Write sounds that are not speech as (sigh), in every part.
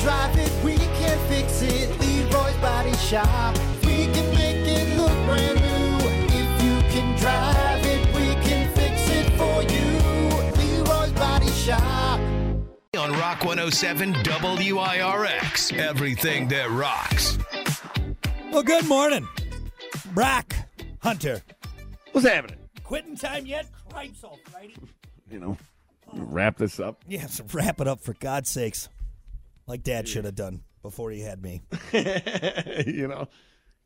drive it, we can fix it. Leroy's Body Shop. We can make it look brand new. If you can drive it, we can fix it for you. Leroy's Body Shop. on Rock 107 WIRX. Everything that rocks. Well, good morning, Brack Hunter. What's happening? Quitting time yet? Cripes alrighty. You know, wrap this up. (laughs) Yeah, so wrap it up for God's sakes, like Dad should have done before he had (laughs) me. you know,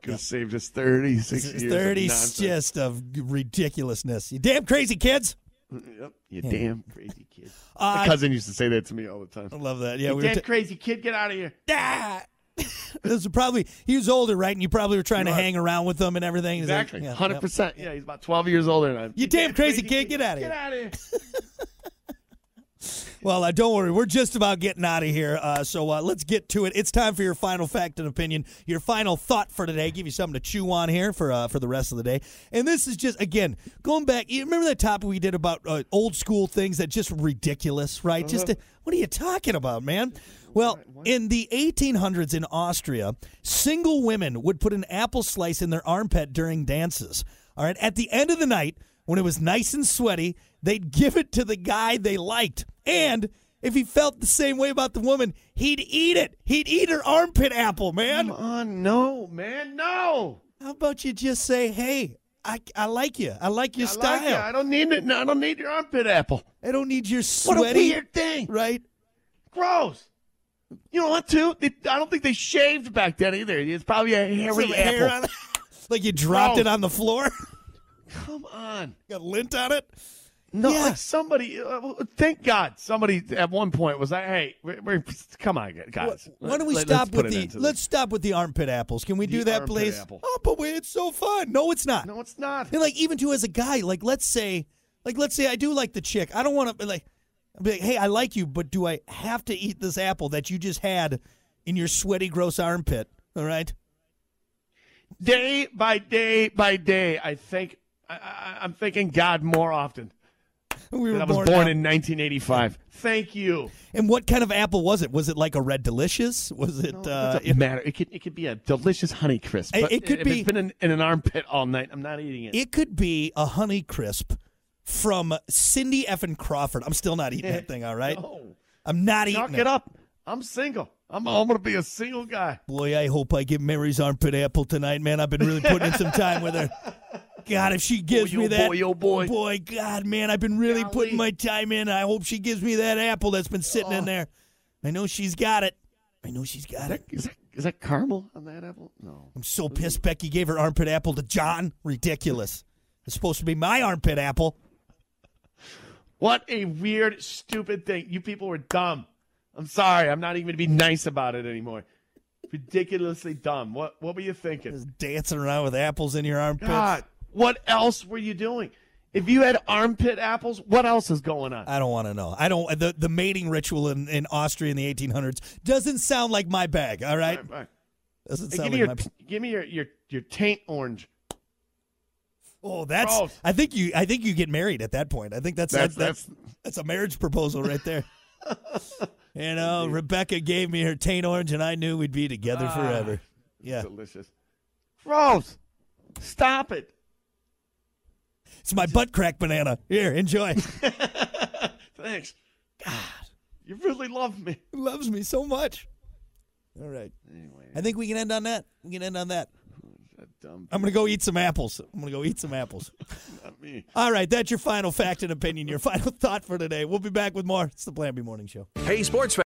could have saved us 30, 60 years. of Thirty nonsense. just of ridiculousness. You damn crazy kids. Yep. You damn crazy kid. My cousin used to say that to me all the time. I love that. Uh, Yeah, you we damn were. T- crazy kid, get out of here. (laughs) ah! this is probably he was older, right? And you probably were trying to Right. hang around with them and everything. He's like, Exactly. yeah, 100%. Yeah. he's about 12 years older than I am. You damn crazy kid, get outta here. Get out of here. yep. Well, uh, don't worry, we're just about getting out of here. Uh, so uh, let's get to it. It's time for your final fact and opinion, your final thought for today. Give you something to chew on here for uh, for the rest of the day. And this is just again going back. You remember that topic we did about uh, old school things that just ridiculous, right? Just uh, what are you talking about, man? Well, in the 1800s in Austria, single women would put an apple slice in their armpit during dances. All right. At the end of the night, when it was nice and sweaty, they'd give it to the guy they liked. And if he felt the same way about the woman, he'd eat it. He'd eat her armpit apple, man. Come on. No, man. No. How about you just say, hey, I, I like you. I like your I style. like you. I don't need it. No, I don't need your armpit apple. I don't need your What sweaty. a weird thing. Right? Gross. You know what, too? They- I don't think they shaved back then either. It's probably a hairy Some apple. hair on- (laughs) like you dropped Gross. it on the floor, (laughs) Come on. got lint on it. No, Yeah. like somebody. Uh, thank God, somebody at one point was like, "Hey, we're, we're, come on, guys." Why don't we Let- stop let's put with an the end to this. let's stop with the armpit apples? Can we do The that, armpit please? apple. Oh, but wait, it's so fun. No, it's not. No, it's not. And like even too as a guy, like let's say, like let's say I do like the chick. I don't want to like, be like, hey, I like you, but do I have to eat this apple that you just had in your sweaty, gross armpit? All right. Day by day by day, I think I, I, I'm thanking God more often. We that I were was born, out. in 1985. Thank you. And what kind of apple was it? Was it like a red delicious? Was it? uh, Doesn't matter. It could it could be a delicious honey crisp. It- but it could if be- It's been in, in an armpit all night. I'm not eating it. It could be a honey crisp from Cindy effing Crawford. I'm still not eating that thing. All right. No. I'm not eating Knock it up. I'm single. I'm, I'm gonna be a single guy. Boy, I hope I get Mary's armpit apple tonight, man. I've been really putting in some time with (laughs) her. God, if she gives Boy, me oh that, boy, oh boy. God, man, I've been really putting my time in. I hope she gives me that apple that's been sitting in there. I know she's got it. I know she's got it. Is that, is that caramel on that apple? No. I'm so pissed Becky gave her armpit apple to John. Ridiculous. It's supposed to be my armpit apple. What a weird, stupid thing. You people were dumb. I'm sorry. I'm not even gonna be nice about it anymore. Ridiculously dumb. What what were you thinking? Just dancing around with apples in your armpits. God, what else were you doing? If you had armpit apples, what else is going on? I don't want to know. I don't. The, the mating ritual in, in Austria in the 1800s doesn't sound like my bag, all right? All right. Doesn't Hey, sound give like me your my bag. give me your, your your taint orange. Oh, that's. Gross. I think you. I think you get married at that point. I think that's that's That's- that's, that's, a marriage proposal right (laughs) there. you know, Rebecca gave me her taint orange, and I knew we'd be together Ah. forever. Yeah, Delicious. Gross. Stop it. it's my butt crack banana. Here, enjoy. (laughs) Thanks. God, you really love me. He loves me so much. All right. I think we can end on that. We can end on that. Dumb, I'm gonna go eat some apples. I'm gonna go eat some apples. (laughs) not me. All right, (laughs) that's your final fact and opinion. Your final thought for today. We'll be back with more. It's the Plan B Morning Show. Hey, sports